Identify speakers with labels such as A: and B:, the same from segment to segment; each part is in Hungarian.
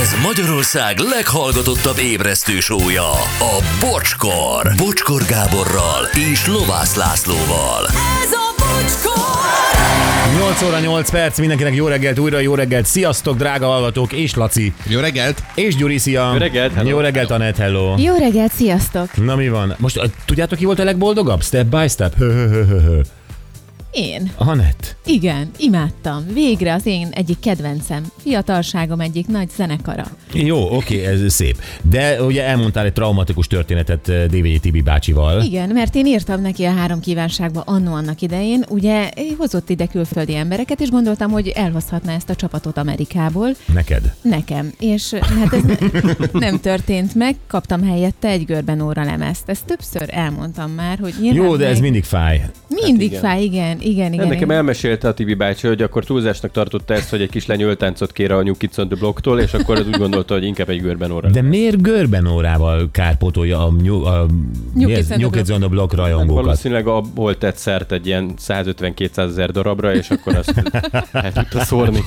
A: Ez Magyarország leghallgatottabb ébresztő sója, a Bocskor. Bocskor Gáborral és Lovász Lászlóval.
B: Ez a bocskor!
C: 8 óra 8 perc, mindenkinek jó reggelt, újra jó reggelt, sziasztok drága hallgatók, és Laci,
D: Jó reggelt!
C: és Gyuri, szia! Jó
E: reggelt, hello.
C: Jó reggelt, Anett, hello!
F: Jó reggelt, sziasztok!
C: Na mi van? Most ö, tudjátok ki volt a legboldogabb? Step by step? Hö, hö, hö, hö, hö.
F: Én?
C: Anett.
F: Igen, imádtam. Végre az én egyik kedvencem, fiatalságom egyik nagy zenekara.
C: Jó, oké, ez szép. De ugye elmondtál egy traumatikus történetet ö, DVD Tibi bácsival.
F: Igen, mert én írtam neki a három kívánságba annó annak idején, ugye eh, hozott ide külföldi embereket, és gondoltam, hogy elhozhatná ezt a csapatot Amerikából
C: Neked.
F: nekem. És eh, hát ez ne- nem történt meg, kaptam helyette egy görben óra lemezt. Ezt többször elmondtam már, hogy nyilván
C: Jó, de ez
F: meg
C: mindig fáj.
F: mindig
E: igen.
F: fáj, hát igen, igen, igen.
E: Igen, nekem
F: igen.
E: elmesélte a Tibi bácsi, hogy akkor túlzásnak tartotta ezt, hogy egy kislány öltáncot kér a New Kids on the Blocktól, és akkor az úgy gondolta, hogy inkább egy görben óra.
C: De miért görben órával kárpótolja a, nyug, a
F: New
C: mi ez?
F: Kids on the
C: New Kids on the Block rajongókat?
E: Valószínűleg abból tett szert egy ilyen 150-200 ezer darabra, és akkor azt el tudta szórni.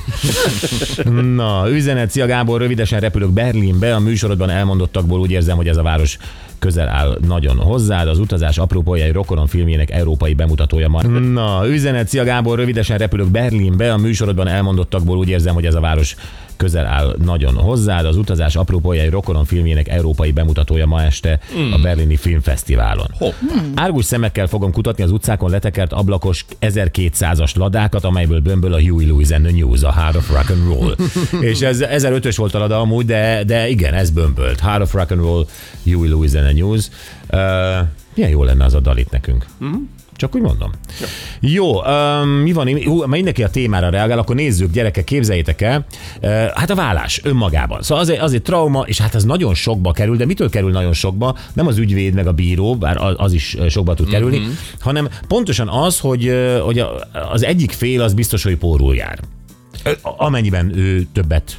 C: Na, üzenet, szia Gábor, rövidesen repülök Berlinbe, a műsorodban elmondottakból úgy érzem, hogy ez a város közel áll nagyon hozzád, az utazás apropója egy rokonon filmjének európai bemutatója ma. Na, üzenet, szia Gábor, rövidesen repülök Berlinbe, a műsorodban elmondottakból úgy érzem, hogy ez a város közel áll nagyon hozzád, az utazás apropója egy rokonon filmjének európai bemutatója ma este a Berlini Filmfesztiválon. Árgus szemekkel fogom kutatni az utcákon letekert ablakos 1200-as ladákat, amelyből bömböl a Huey Lewis and the News, a Heart of Rock and Roll. és ez 1005-ös volt a lada amúgy, de, de igen, ez bömbölt. Heart of Rock and Roll, Huey Lewis and the News. Uh, milyen jó lenne az a dalit nekünk. Csak úgy mondom. Jó, um, mi van? Hú, ha mindenki a témára reagál, akkor nézzük, gyerekek, képzeljétek el. Uh, hát a vállás önmagában. Szóval azért, azért trauma, és hát ez nagyon sokba kerül, de mitől kerül nagyon sokba? Nem az ügyvéd meg a bíró, bár a- az is ö, sokba tud kerülni, mm-hmm. hanem pontosan az, hogy, ö, hogy a- az egyik fél az biztos, hogy pórul jár. Ö, a- Amennyiben ő többet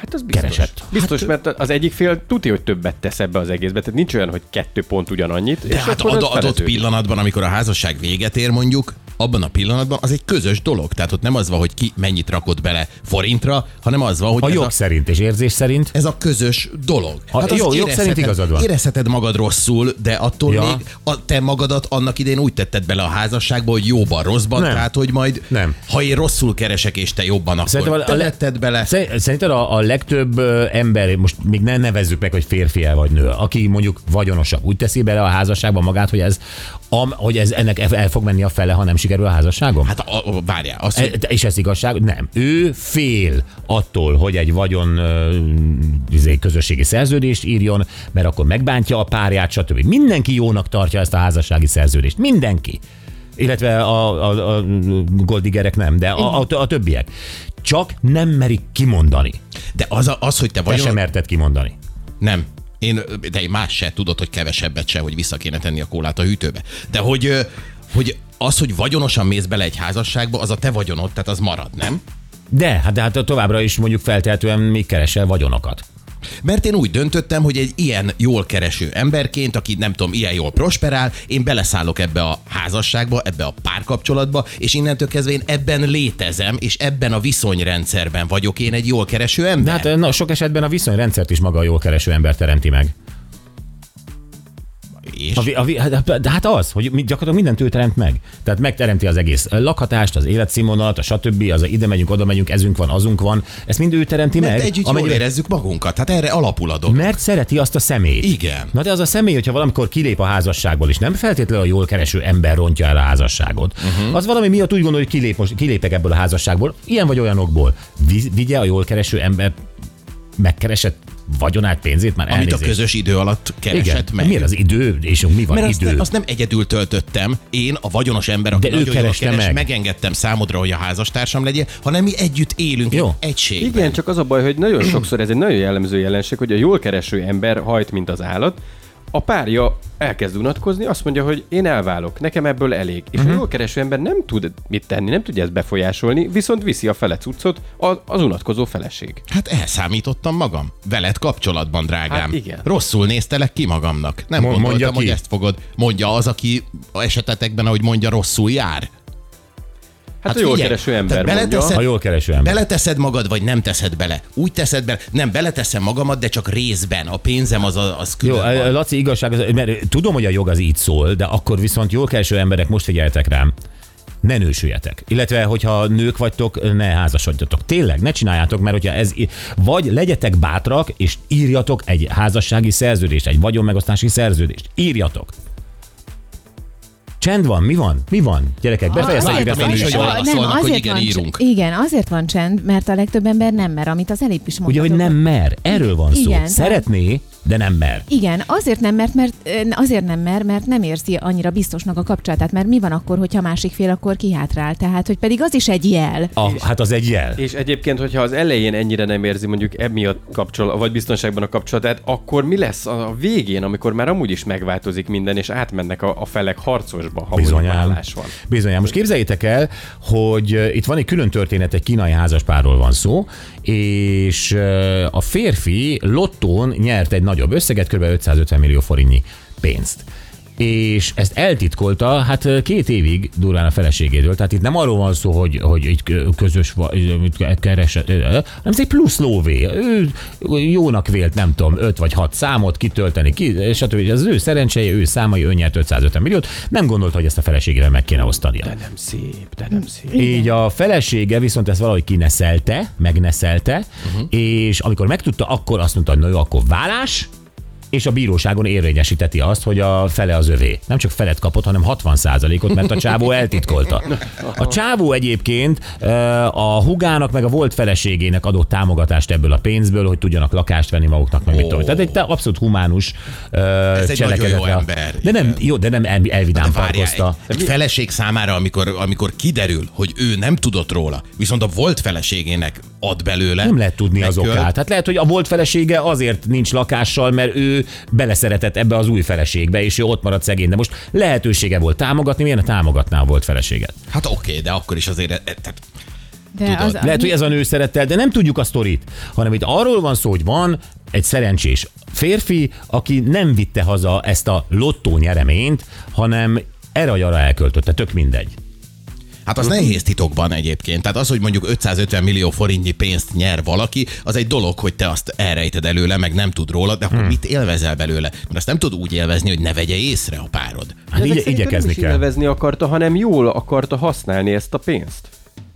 E: Hát az biztos. Hát,
C: keresett.
E: Biztos, mert az egyik fél tudja, hogy többet tesz ebbe az egészbe. Tehát nincs olyan, hogy kettő pont ugyanannyit.
D: De hát ad, adott pillanatban, amikor a házasság véget ér mondjuk, abban a pillanatban az egy közös dolog. Tehát ott nem az van, hogy ki mennyit rakott bele forintra, hanem az van, hogy
C: A
D: ez,
C: jog
D: a,
C: szerint és érzés szerint.
D: ez a közös dolog. Hát
C: A-
D: az
C: jó, jog szerint
D: érezheted-
C: igazad van.
D: Érezheted magad rosszul, de attól
C: Ja.
D: ja. még a, te magadat annak idén úgy tetted bele a házasságba, hogy jóban, rosszban,
C: Nem.
D: tehát hogy majd,
C: Nem.
D: ha én rosszul keresek és te jobban, akkor
C: Szerintem a-
D: te
C: a le-
D: letted bele.
C: Szer- Szerinted a, a legtöbb ö, ember, most még ne nevezzük meg, hogy férfi el vagy nő, aki mondjuk vagyonosabb, úgy teszi bele a házasságba magát, hogy ez, am, hogy ez ennek el- el fog menni a fele, ha nem sikerül a házasságom? Hát,
D: Hát a, a, várjál, az, hogy
C: e, de- és ez igazság? Nem. Ő fél attól, hogy egy vagyon ö, izé, közösségi szerződést írjon, mert akkor megbántja a párját, stb. Mindenki jónak tartja ezt a házassági szerződést. Mindenki. Illetve a, a, a goldigerek nem, de a, a, a többiek. Csak nem merik kimondani.
D: de az, a, az, hogy te
C: Te
D: vagy
C: sem merted kimondani.
D: Nem. Én, de én más se tudod, hogy kevesebbet se, hogy vissza kéne tenni a kólát a hűtőbe. De hogy, ö, hogy az, hogy vagyonosan mész bele egy házasságba, az a te vagyonod, tehát az marad, nem?
C: De, hát, de hát továbbra is mondjuk feltehetően még keresel vagyonokat.
D: Mert én úgy döntöttem, hogy egy ilyen jól kereső emberként, aki nem tudom, ilyen jól prosperál, én beleszállok ebbe a házasságba, ebbe a párkapcsolatba, és innentől kezdve én ebben létezem, és ebben a viszonyrendszerben vagyok én egy jól kereső
C: De
D: ember.
C: hát na, sok esetben a viszonyrendszert is maga a jól kereső ember teremti meg.
D: és...
C: A, vi- a, vi- hát- de hát az, hogy mi- gyakorlatilag mindent ő teremt meg. Tehát megteremti az egész lakhatást, az életszínvonalat, a stb. Az a ide megyünk, oda megyünk, ezünk van, azunk van. Ezt mind ő teremti
D: Mert
C: meg.
D: együtt jól
C: amennyiben-
D: érezzük magunkat, hát erre alapul a dolog.
C: mert szereti azt a személyt.
D: Igen.
C: Na de az a személy, hogyha valamikor kilép a házasságból, és nem feltétlenül a jól kereső ember rontja el a házasságot,
D: Mhm.
C: uh-huh. az valami miatt úgy gondolja, hogy kilép most, kilépek ebből a házasságból, ilyen vagy olyanokból. Vi- vigye a jól kereső ember megkeresett vagyonát, pénzét, már
D: Amit a
C: elnézést.
D: közös idő alatt keresett
C: Igen,
D: meg.
C: miért az idő, és mi van
D: Mert azt,
C: idő?
D: ne, azt nem egyedül töltöttem, én a vagyonos ember, aki
C: De ő
D: nagyon jól
C: kereste
D: keres,
C: meg.
D: meg. megengedtem számodra, hogy a házastársam legyél, hanem mi együtt élünk
C: Jó.
D: Jó. egységben.
E: Igen, csak az a baj, hogy nagyon sokszor ez egy nagyon jellemző jelenség, hogy a jól kereső ember hajt, mint az állat, a párja elkezd unatkozni, azt mondja, hogy én elválok, nekem ebből elég. És uh-huh. a jól kereső ember nem tud mit tenni, nem tudja ezt befolyásolni, viszont viszi a fele cuccot az, az unatkozó feleség.
D: Hát elszámítottam magam. Veled kapcsolatban, drágám.
E: Hát igen.
D: Rosszul néztelek ki magamnak. Nem
C: Mo-
D: Mo- gondoltam,
C: mondja ki.
D: hogy ezt fogod. Mondja az, aki a esetetekben, ahogy mondja, rosszul jár.
E: Hát, hát jól kereső ember
D: tehát
E: mondja.
D: beleteszed,
C: Ha jól kereső ember.
D: Beleteszed magad, vagy nem teszed bele? Úgy teszed bele, nem, beleteszem magamat, de csak részben. A pénzem az, a- az külön
C: Jó,
D: van.
C: van. Laci, igazság, az- mert tudom, hogy a jog az így szól, de akkor viszont jól kereső emberek, most figyeljetek rám, ne nősüljetek. Illetve, hogyha nők vagytok, ne házasodjatok. Tényleg, ne csináljátok, mert hogyha ez... í- Vagy legyetek bátrak, és írjatok egy házassági szerződést, egy vagyonmegosztási szerződést. Írjatok. Csend van, mi van? Mi van?
F: Ah,
C: Gyerekek, befejeztetek
D: azért
C: ezt a
D: van,
C: műsort.
D: hogy arra szólnak, hogy igen,
F: van,
D: írunk.
F: Igen, azért van csend, mert a legtöbb ember nem mer, amit az előbb is mondtam.
C: Ugye, hogy nem mer. Erről van szó.
F: Igen, tehát-
C: Szeretné, de nem mer.
F: Igen, azért nem mert, mert ö, azért nem mer, mert nem érzi annyira biztosnak a kapcsolatát, mert mi van akkor, hogyha a másik fél akkor kihátrál, tehát hogy pedig az is egy jel.
C: A, hát az egy jel.
E: És egyébként, hogyha az elején ennyire nem érzi mondjuk emiatt kapcsolat, vagy biztonságban a kapcsolatát, akkor mi lesz a a végén, amikor már amúgy is megváltozik minden, és átmennek a, a felek harcosba, ha mondjuk
C: Bizonyám.
E: vállás van.
C: Bizonyám. Most képzeljétek el, hogy ö, itt van egy külön történet, egy kínai házaspárról van szó, és ö, a férfi lottón nyert egy nagyobb összeget, kb. 550 millió forintnyi pénzt. És ezt eltitkolta, hát ö, két évig durván a feleségétől. Tehát itt nem arról van szó, hogy, hogy egy kö- közös va- ö, mit ke- keresett, ö, ö, hanem ez egy plusz lóvé. Ő jónak vélt, nem tudom, öt vagy hat számot kitölteni, ki, stb. Ez az ő szerencséje, ő számai, ő nyert 550 milliót. Nem gondolta, hogy ezt a feleségével meg kéne osztania.
E: Nem szép, de nem szép.
C: Így a felesége viszont ezt valahogy kineszelte, megneszelte,
D: Mhm.
C: uh-huh. és amikor megtudta, akkor azt mondta, hogy na jó, akkor vállás, és a bíróságon érvényesíteti azt, hogy a fele az övé. Nem csak felet kapott, hanem 60%-ot, mert a csávó eltitkolta. A csávó egyébként ö, a hugának meg a volt feleségének adott támogatást ebből a pénzből, hogy tudjanak lakást venni maguknak, meg mit tudom. én. Tehát egy te- abszolút humánus Ez
D: egy nagyon jó ember,
C: De nem, jó, de nem el- elvidám
D: Várjál,
C: parkozta.
D: egy, egy feleség számára, amikor, amikor kiderül, hogy ő nem tudott róla, viszont a volt feleségének ad belőle.
C: Nem lehet tudni az
D: megöl.
C: okát. Hát lehet, hogy a volt felesége azért nincs lakással, mert ő beleszeretett ebbe az új feleségbe, és ő ott maradt szegény. De most lehetősége volt támogatni, miért ne támogatná a volt feleséget?
D: Hát oké, okay, de akkor is azért... e- Tehát,
F: De
D: Tudod.
F: az,
C: Lehet, hogy ez a nő szerette, el, de nem tudjuk a sztorit, hanem itt arról van szó, hogy van egy szerencsés férfi, aki nem vitte haza ezt a lottó nyereményt, hanem erre arra elköltötte, tök mindegy.
D: hát az nehéz titokban egyébként. Tehát az, hogy mondjuk 550 millió forintnyi pénzt nyer valaki, az egy dolog, hogy te azt elrejted előle, meg nem tud róla, de akkor hmm. mit élvezel belőle? Mert azt nem tud úgy élvezni, hogy ne vegye észre a párod.
C: Hát
E: ezek
C: igye,
E: szerintem
C: igyekezni
E: nem is
C: kell.
E: Nevezni akarta, hanem jól akarta használni ezt a pénzt.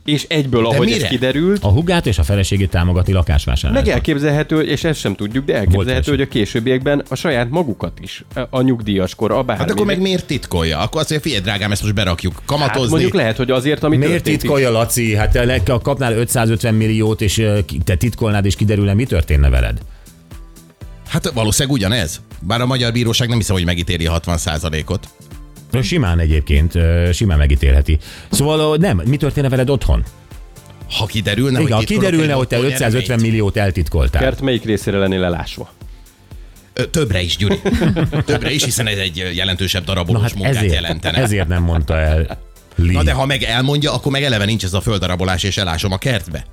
E: És egyből, De ahogy
D: mire?
E: ez kiderült,
C: A hugát és a feleségét támogatni
E: meg
C: lakásvásárlásban.
E: elképzelhető, és ezt sem tudjuk, de
C: Volt
E: elképzelhető, hogy a későbbiekben a saját magukat is, a- a nyugdíjaskor, a bármi.
D: Hát akkor meg miért titkolja? Akkor azt mondja, figyelj drágám, ezt most berakjuk
E: hát
D: kamatozni.
E: mondjuk lehet, hogy azért, amit
C: Miért titkolja Laci? Hát te le- ha kapnál 550 milliót, és ö, ki- te titkolnád, és kiderülne, mi történne veled?
D: Hát valószínűleg ugyanez. Bár a magyar bíróság nem hiszem, hogy megítéli a 60%-ot.
C: Ö, Simán egyébként, ö, simán megítélheti. Szóval ö, nem, mi történne veled otthon?
D: Ha kiderülne,
C: Igen, ha
D: hogy titkolok
C: kiderülne,
D: egy
C: hogy te
D: lottó
C: 550
D: nyereményt.
C: milliót eltitkoltál.
E: Kert melyik részére lennél lelásva?
D: Ö, Többre is, Gyuri. Többre is, hiszen ez egy jelentősebb darabolós
C: Na hát
D: munkát
C: ezért,
D: jelentene.
C: ezért nem mondta el
D: Na de
C: Lee.
D: ha meg elmondja, akkor meg eleve nincs ez a földarabolás és elásom a kertbe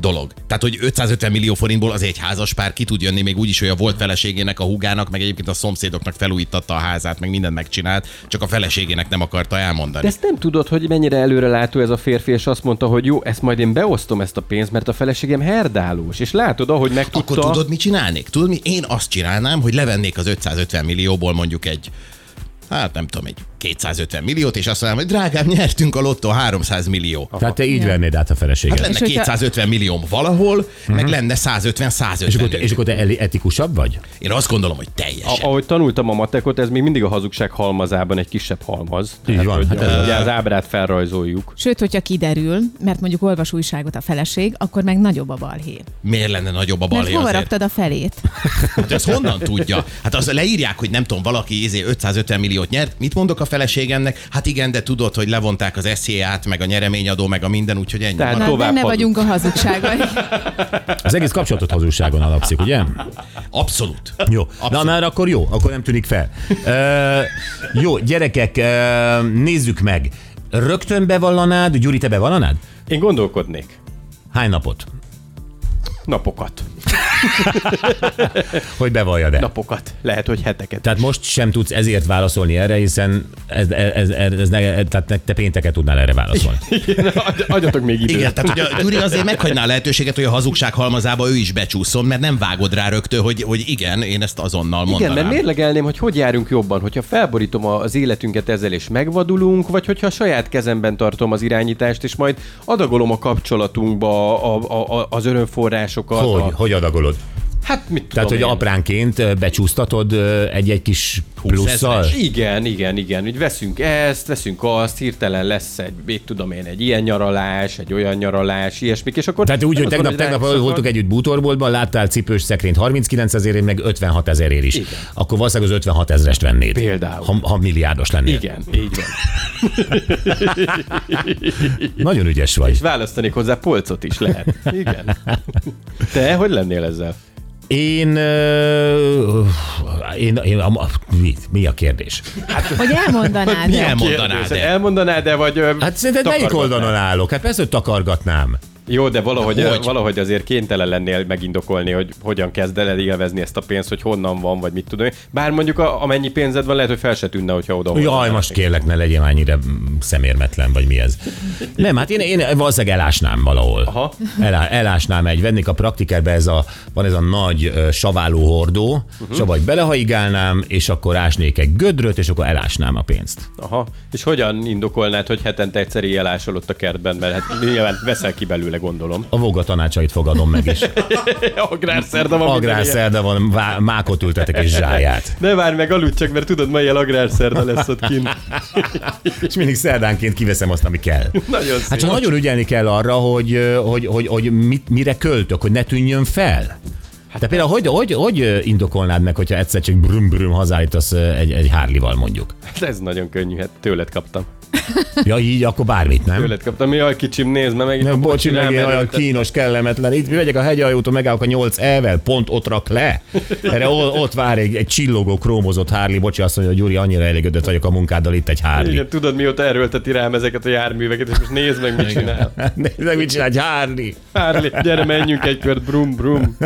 D: dolog. Tehát, hogy 550 millió forintból az egy házas pár ki tud jönni, még úgy is, hogy a volt feleségének, a hugának, meg egyébként a szomszédoknak felújítatta a házát, meg mindent megcsinált, csak a feleségének nem akarta elmondani.
E: De ezt nem tudod, hogy mennyire előrelátó ez a férfi, és azt mondta, hogy jó, ezt majd én beosztom ezt a pénzt, mert a feleségem herdálós. És látod, ahogy megtudta...
D: Akkor tudod, mit csinálnék? Tudod, mi? Én azt csinálnám, hogy levennék az 550 millióból mondjuk egy hát nem tudom, egy 250 milliót, és azt mondanám, hogy drágám, nyertünk a lottó 300 millió.
C: Tehát te így
F: Ja.
C: vennéd át a
D: Hát
C: feleséget.
D: lenne
F: És hogyha-
D: 250 millióm valahol, meg lenne 150 150
C: És akkor, te, és akkor te el- etikusabb vagy?
D: Én azt gondolom, hogy
E: A,
D: teljesen.
E: ahogy tanultam a matekot, ez még mindig a hazugság halmazában egy kisebb halmaz.
C: Így van.
E: Hogy,
C: Hát,
E: ugye az ábrát felrajzoljuk.
F: Sőt, hogyha kiderül, mert mondjuk olvas újságot a feleség, akkor meg nagyobb a balhé.
D: Miért lenne nagyobb a
F: Mert
D: balé
F: hova
D: azért?
F: raktad a felét?
D: Hát ezt honnan tudja? Hát az leírják, hogy nem tudom, valaki izé 550 milliót nyert. Mit mondok a feleségemnek? Hát igen, de tudod, hogy levonták az SZIA-t, meg a nyereményadó, meg a minden, úgyhogy ennyi.
E: Tehát
D: van.
F: Na,
E: tovább
F: benne
E: haladunk.
F: vagyunk a hazugságban.
C: Az egész kapcsolatot hazugságon alapszik, ugye?
D: Abszolút.
C: Jó, na
D: Abszolút.
C: már akkor jó, akkor nem tűnik fel. Ö, jó, gyerekek, ö, nézzük meg. Rögtön bevallanád, Gyuri, te bevallanád?
E: Én gondolkodnék.
C: Hány napot?
E: Napokat.
C: hogy bevalljad el.
E: Napokat, lehet, hogy heteket.
C: Tehát most sem tudsz ezért válaszolni erre, hiszen ez, ez, ez, ez ne, tehát ne- te pénteket tudnál erre válaszolni.
E: Igen, adj- adjatok még időt.
D: Igen, tehát ugye a Gyuri azért meghagyná a lehetőséget, hogy a hazugság halmazába ő is becsúszon, mert nem vágod rá rögtön, hogy, hogy igen, én ezt azonnal
E: Igen,
D: mondanám.
E: mert mérlegelném, hogy hogy járunk jobban, hogyha felborítom a- az életünket ezzel és megvadulunk, vagy hogyha a saját kezemben tartom az irányítást, és majd adagolom a kapcsolatunkba a, a, a, az örömforrásokat.
C: Hogy,
E: A,
C: hogy adagolod?
E: hát mit tudom
C: Tehát, hogy
E: én.
C: apránként ö, becsúsztatod ö, egy-egy kis plusszal?
D: ezres.
E: Igen, igen, igen. Úgy veszünk ezt, veszünk azt, hirtelen lesz egy, mit tudom én, egy ilyen nyaralás, egy olyan nyaralás, ilyesmik, és akkor...
C: Tehát hát úgy,
E: nem
C: hogy
E: azt
C: tegnap, tegnap
E: mondom, rászakad.
C: voltunk együtt bútorboltban, láttál cipős szekrényt 39 ezerért, meg 56 ezerért is. Igen. Akkor valószínűleg az 56 ezerest vennéd.
E: Például.
C: Ha, ha milliárdos lennél.
E: Igen, így van.
C: Nagyon ügyes vagy.
E: És választanék hozzá polcot is lehet. Igen. Te, hogy lennél ezzel?
C: Én... Ö, én, én a, mit, mi a kérdés?
F: Hogy elmondanád.
D: milyen Elmondanád
E: Kérdés,
D: de.
E: Elmondanád de vagy... ö,
C: Hát szerinted melyik
E: takargatnád?
C: oldalon állok? Hát persze, hogy takargatnám.
E: Jó, de valahogy,
D: Hogy?
E: valahogy azért kénytelen lennél megindokolni, hogy hogyan kezd el élvezni ezt a pénzt, hogy honnan van, vagy mit tudom én. Bár mondjuk a, amennyi pénzed van, lehet, hogy fel se tűnne, hogyha oda
C: Jaj, most kérlek, ne legyél már ennyire mm, szemérmetlen, vagy mi ez. Nem, hát én, én valószínűleg elásnám valahol.
E: Aha.
C: Elá, elásnám egy, vennék a praktikerbe, ez a, van ez a nagy ö, saváló hordó,
E: Mhm.
C: uh-huh. és vagy belehaigálnám, és akkor ásnék egy gödröt, és akkor elásnám a pénzt.
E: Aha. És hogyan indokolnád, hogy hetente egyszer ilyen lásolott a kertben, mert hát nyilván veszel ki belőle, gondolom.
C: A voga tanácsait fogadom meg is.
E: Agrárszerda van. minden ilyen.
C: Agrárszerda van, vá- mákot ültetek és zsáját.
E: Ne várj meg, aludj csak, mert tudod, ma ilyen agrárszerda lesz ott kint.
C: És mindig szerdánként kiveszem azt, ami kell.
E: Nagyon szép.
C: Hát csak nagyon ügyelni kell arra, hogy, ö, hogy, hogy, hogy mit, mire költök, hogy ne tűnjön fel. Hát Te például hogy, hogy, hogy indokolnád meg, hogyha egyszer csak brüm-brüm hazállítasz ö, egy, egy hárlival mondjuk?
E: Hát ez nagyon könnyű, hát tőled kaptam.
C: Ja, így akkor bármit, nem?
E: Tőled kaptam, jaj kicsim, nézd, mert meg...
C: Nem, bocs, meg én olyan
E: rámerültem.
C: kínos, kellemetlen. Itt megyek a hegyajótól, megállok a 8 elvel, pont ott rak le. Erre o- ott vár egy, egy csillogó, krómozott hárli. Bocsi, azt mondja, hogy Gyuri, annyira elégedett vagyok a munkáddal, itt egy hárli.
E: Igen, tudod, mióta erőlteti rám ezeket a járműveket, és most nézd meg, mit csinál.
C: Nézd meg, mit csinál egy hárli.
E: Hárli, gyere, menjünk egy kört, brum, brum.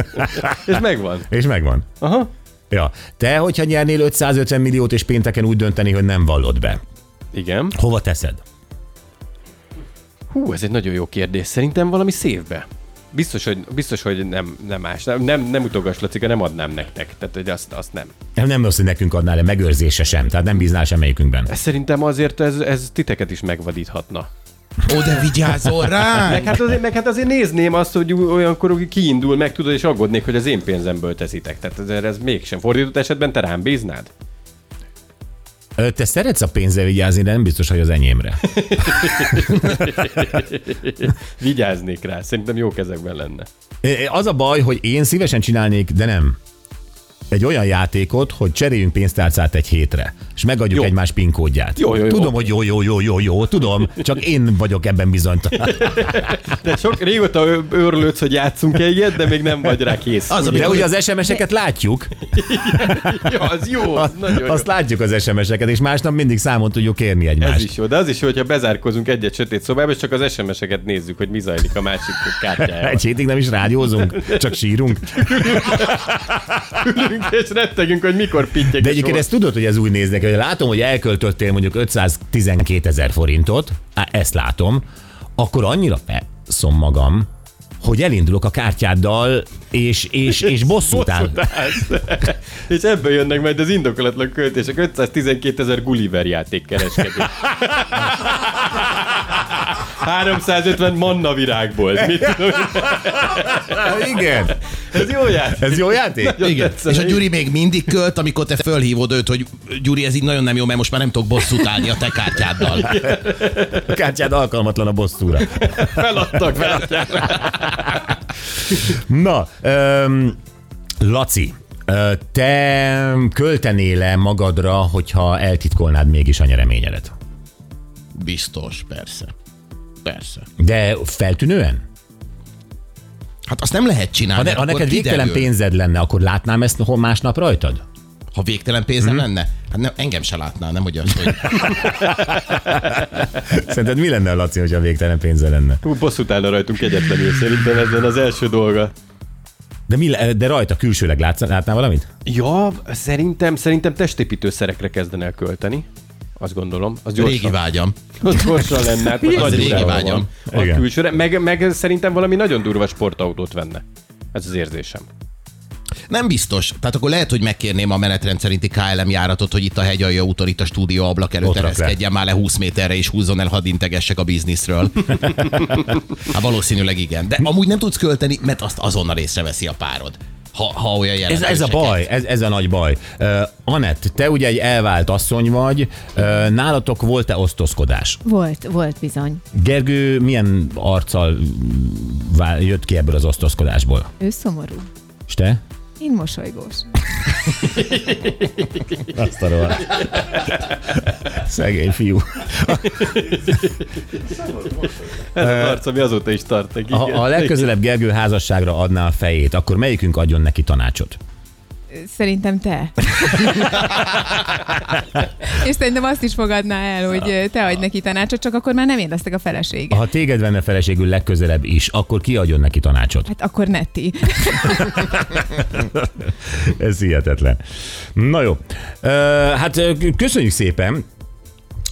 E: És megvan.
C: És megvan.
E: Aha.
C: Ja. Te, hogyha nyernél 550 milliót, és pénteken úgy dönteni, hogy nem vallod be,
E: Igen.
C: hova teszed?
E: Hú, ez egy nagyon jó kérdés. Szerintem valami szévbe. Biztos, hogy, biztos, hogy nem, nem más. Nem, nem, nem utogass, Lacika, nem adnám nektek. Tehát, hogy azt, azt nem.
C: Nem, nem rossz, hogy nekünk adnál le megőrzése sem, tehát nem bíznál semmelyikünkben.
E: Ez szerintem azért ez, ez titeket is megvadíthatna.
D: Ó, de vigyázol rá!
E: Meg hát, azért, meg hát azért nézném azt, hogy olyankor hogy kiindul, meg tudod, és aggódnék, hogy az én pénzemből teszitek. Tehát ez, ez mégsem. Fordított esetben te rám bíznád?
C: Ö, Te szeretsz a pénzzel vigyázni, de nem biztos, hogy az enyémre.
E: Vigyáznék rá. Szerintem jó kezekben lenne.
C: Ö, Az a baj, hogy én szívesen csinálnék, de nem. Egy olyan játékot, hogy cseréljünk pénztárcát egy hétre, és megadjuk
E: Jó.
C: egymás PIN kódját.
E: Jó, jó, jó.
C: tudom, hogy jó, jó, jó, jó, jó, tudom, csak én vagyok ebben bizonytalan.
E: De sok régóta ö- őrlődsz, hogy játszunk-e ilyet, de még nem vagy rá kész.
D: Az,
C: De
D: amikor
C: ugye az SMS-eket látjuk,
E: jó, az jó, az nagyon
C: azt
E: jó.
C: látjuk az SMS-eket, és másnap mindig számon tudjuk kérni
E: Ez
C: egymást.
E: is jó, de az is jó, hogyha bezárkozunk egy-egy sötét szobába, és csak az SMS-eket nézzük, hogy mi zajlik a másik kártyájában.
C: Egy hétig nem is rádiózunk, csak sírunk.
E: Ülünk és rettegünk, hogy mikor pittyek
C: De
E: a
C: egyébként
E: sor.
C: ezt tudod, hogy ez úgy néz neki, hogy látom, hogy elköltöttél mondjuk 512 ezer forintot, á, ezt látom, akkor annyira feszom magam, hogy elindulok a kártyáddal, és, és, és bosszút áll.
E: Tudás. És ebből jönnek majd az indokolatlan költések. 512 ezer Gulliver játék kereskedik. 350 manna virágból. Mit tudom, én.
C: Igen,
E: ez jó játék.
C: ez jó játék?
E: Nagyon
D: Igen.
E: tetszene.
D: És a Gyuri még mindig költ, amikor te fölhívod őt, hogy Gyuri, ez így nagyon nem jó, mert most már nem tudok bosszút állni a te kártyáddal.
C: A kártyád alkalmatlan a bosszúra.
E: Feladtak, feladták.
C: Na, öm, Laci, ö, te költenél-e magadra, hogyha eltitkolnád mégis a nyereményedet?
D: Biztos, persze. Persze.
C: De feltűnően?
D: Hát azt nem lehet
C: Ha,
D: csinálni.
C: ne, ha
D: akkor
C: neked végtelen
D: kiderül.
C: pénzed lenne, akkor látnám ezt hol másnap rajtad?
D: Ha végtelen pénzem
C: Mhm.
D: hmm. lenne? Hát nem, engem se látnál, nem hogy azt, hogy
C: Szerinted mi lenne a Laci, hogyha végtelen pénze lenne?
E: Hú, bosszút állna rajtunk egyetlenül, szerintem ez lenne az első dolga.
C: De, mi, le- eh, de rajta külsőleg látsz, látnál valamit?
E: Ja, szerintem, szerintem testépítőszerekre kezdene el költeni. Azt gondolom. Az gyorsan,
D: Régi vágyam.
E: az gyorsan lenne. Hát
D: az
E: nagy
D: régi
E: durva van.
D: vágyam?
E: A
C: Igen.
E: külsőre. Meg, meg szerintem valami nagyon durva sportautót venne. Ez az érzésem.
D: Nem biztos. Tehát akkor lehet, hogy megkérném a menetrend szerinti KLM járatot, hogy itt a hegyalja úton, itt a stúdió ablak
C: Ott
D: előtt
C: rak le.
D: ereszkedjen már le 20 méterre, és húzzon el, hadd integessek a bizniszről. hát valószínűleg igen. De amúgy nem tudsz költeni, mert azt azonnal észreveszi a párod. Ha, ha olyan
C: Ez, ez a
D: jelentőseket.
C: baj, ez, ez a nagy baj. Uh, Anett, te ugye egy elvált asszony vagy, uh, nálatok volt-e osztozkodás?
F: Volt, volt bizony.
C: Gergő milyen arccal vál, jött ki ebből az osztozkodásból?
F: Ő szomorú.
C: És te?
F: Én mosolygós.
C: Azt a rohadt. Szegény fiú.
E: Ez a arc, ami azóta is tart. Igen.
C: Ha a legközelebb Gergő házasságra adná a fejét, akkor melyikünk adjon neki tanácsot?
F: Szerintem te. És szerintem azt is fogadná el, hogy ö, te adj neki tanácsot, csak akkor már nem éreztek a felesége.
C: Ha téged venne feleségül legközelebb is, akkor ki adjon neki tanácsot?
F: Hát akkor Netti.
C: Ez hihetetlen. Na jó. Ö, hát ö, köszönjük szépen.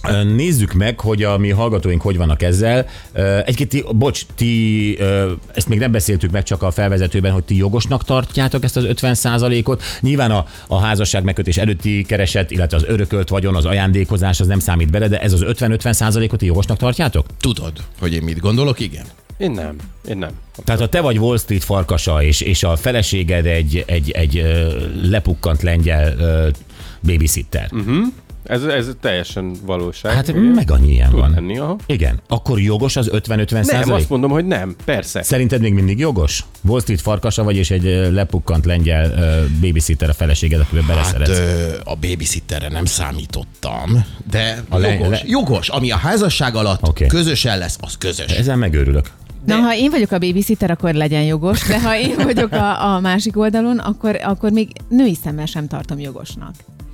C: Ö, Nézzük meg, hogy a mi hallgatóink hogy vannak ezzel. Ö, Egyébként, ti, bocs, ti ö, ezt még nem beszéltük meg csak a felvezetőben, hogy ti jogosnak tartjátok ezt az 50%-ot. Nyilván a, a házasság megkötés előtti kereset, illetve az örökölt vagyon, az ajándékozás, az nem számít bele, de ez az 50-50%-ot ti jogosnak tartjátok?
D: Tudod, hogy én mit gondolok, igen.
E: Én nem. Én nem.
C: Tehát ha te vagy Wall Street farkasa, és, és a feleséged egy, egy, egy ö, lepukkant lengyel ö, babysitter. Uh-huh.
E: Ez, ez teljesen valóság.
C: Hát
E: Igen.
C: meg annyi ilyen
E: Tud
C: van.
E: lenni, aha.
C: Igen. Akkor jogos az 50-50
E: Nem,
C: százalék?
E: azt mondom, hogy nem. Persze.
C: Szerinted még mindig jogos? Wall Street farkasa vagy, és egy ö, lepukkant lengyel ö, babysitter a feleséged, akivel
D: Hát
C: beleszeretsz.
D: ö, a babysitterre nem számítottam, de a
C: le-
D: jogos,
C: le-
D: jogos, ami a házasság alatt
C: Oké.
D: okay. közösen lesz, az közös.
C: Ezzel megőrülök.
F: Na, ha én vagyok a babysitter, akkor legyen jogos, de ha én vagyok a, a másik oldalon, akkor, akkor még női szemmel sem tartom jogosnak.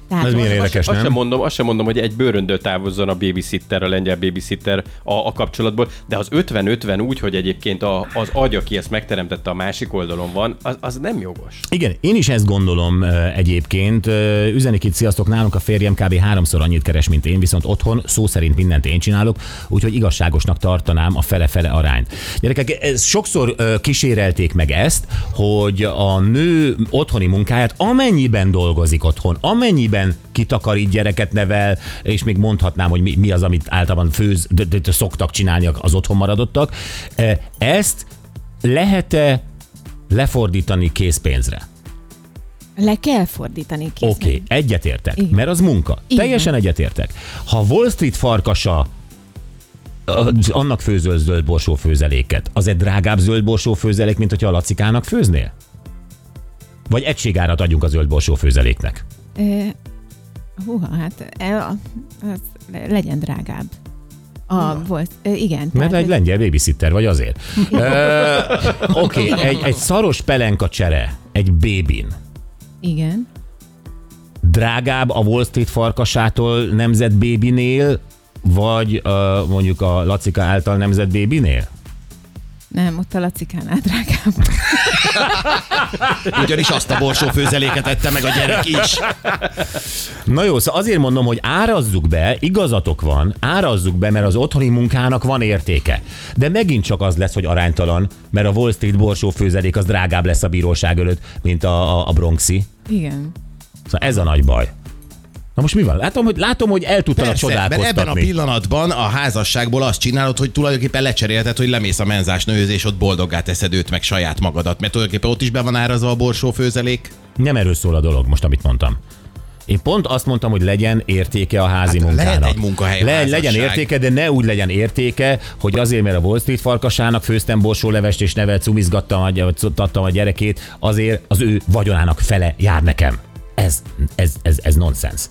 F: Tehát
C: Ez milyen
F: most-
C: érdekes,
E: azt,
C: nem?
E: Sem mondom, azt sem mondom, hogy egy bőröndől távozzon a babysitter, a lengyel babysitter a, a kapcsolatból, de az 50-50 úgy, hogy egyébként a, az agy, aki ezt megteremtette a másik oldalon van, az, az nem jogos.
C: Igen, én is ezt gondolom ö, egyébként. Ö, Üzenik itt, sziasztok, nálunk a férjem kb. háromszor annyit keres, mint én, viszont otthon szó szerint mindent én csinálok, úgyhogy igazságosnak tartanám a fele-fele arányt. Gyerekek, ez sokszor ö, kísérelték meg ezt, hogy a nő otthoni munkáját amennyiben dolgozik otthon, amennyiben kitakarít gyereket nevel, és még mondhatnám, hogy mi, mi az, amit általában főz, de, de, de szoktak csinálni az otthon maradottak. Ö, Ezt lehet-e lefordítani készpénzre?
F: Le kell fordítani kézzel.
C: Oké, okay, egyetértek, Igen.
F: Igen.
C: mert az munka. Igen.
F: Igen.
C: Teljesen egyetértek. Ha Wall Street farkasa ö, annak főzöl zöld borsó főzeléket, az egy drágább zöld borsó főzelék, mint hogyha a lacikának főznél? Vagy egységárat adjunk a zöld borsó főzeléknek?
F: Ö, Húha, hát el, az legyen drágább. A, volt, ö, igen.
C: Mert
F: tehát,
C: egy
F: hogy-
C: lengyel babysitter vagy azért. Ö, Oké, okay, egy, egy szaros pelenka csere egy bébin.
F: Igen.
C: Drágább a Wall Street farkasától nemzett bébinél, vagy ö, mondjuk a lacika által nemzett bébinél?
F: Nem, ott a lacikánál drágább.
D: Ugyanis azt a borsófőzeléket ette meg a gyerek is.
C: Na jó, szóval azért mondom, hogy árazzuk be, igazatok van, árazzuk be, mert az otthoni munkának van értéke. De megint csak az lesz, hogy aránytalan, mert a Wall Street borsó főzelék az drágább lesz a bíróság előtt, mint a, a, a Bronxi.
F: Igen.
C: Szóval ez a nagy baj. Na most mi van? Látom, hogy, látom, hogy el tudtanak
D: Persze, mert
C: csodálkoztatni.
D: ebben a pillanatban a házasságból azt csinálod, hogy tulajdonképpen lecserélted, hogy lemész a menzás nőhöz, és ott boldoggá teszed őt meg saját magadat. Mert tulajdonképpen ott is be van árazva a borsófőzelék.
C: Nem erről szól a dolog most, amit mondtam. Én pont azt mondtam, hogy legyen értéke a házi hát munkának.
D: lehet egy munkahely a
C: Le,
D: házasság.
C: legyen értéke, de ne úgy legyen értéke, hogy azért, mert a Wall Street farkasának főztem borsólevest és nevel cumizgattam a, tattam a gyerekét, azért az ő vagyonának fele jár nekem. Ez, ez, ez, ez nonsens.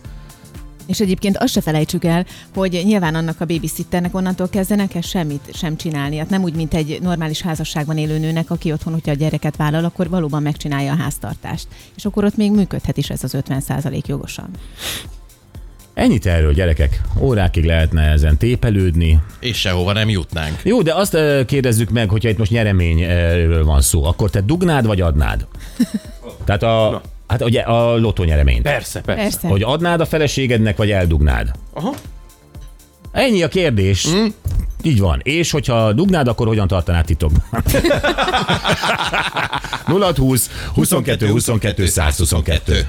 F: És egyébként azt se felejtsük el, hogy nyilván annak a babysitternek onnantól kezdve ne kell semmit sem csinálni. Hát nem úgy, mint egy normális házasságban élő nőnek, aki otthon, hogyha a gyereket vállal, akkor valóban megcsinálja a háztartást. És akkor ott még működhet is ez az 50% jogosan.
C: Ennyit erről, gyerekek. Órákig lehetne ezen tépelődni.
D: És sehova nem jutnánk.
C: Jó, de azt ö, kérdezzük meg, hogyha itt most nyereményről van szó, akkor te dugnád vagy adnád? Tehát a, hát ugye a lotó nyereményt.
E: Persze, persze. persze.
F: Persze.
C: Hogy adnád a feleségednek, vagy eldugnád?
E: Aha.
C: Ennyi a kérdés. Mm. Így van. És hogyha dugnád, akkor hogyan tartanád titokban? 0 20 22 22 122.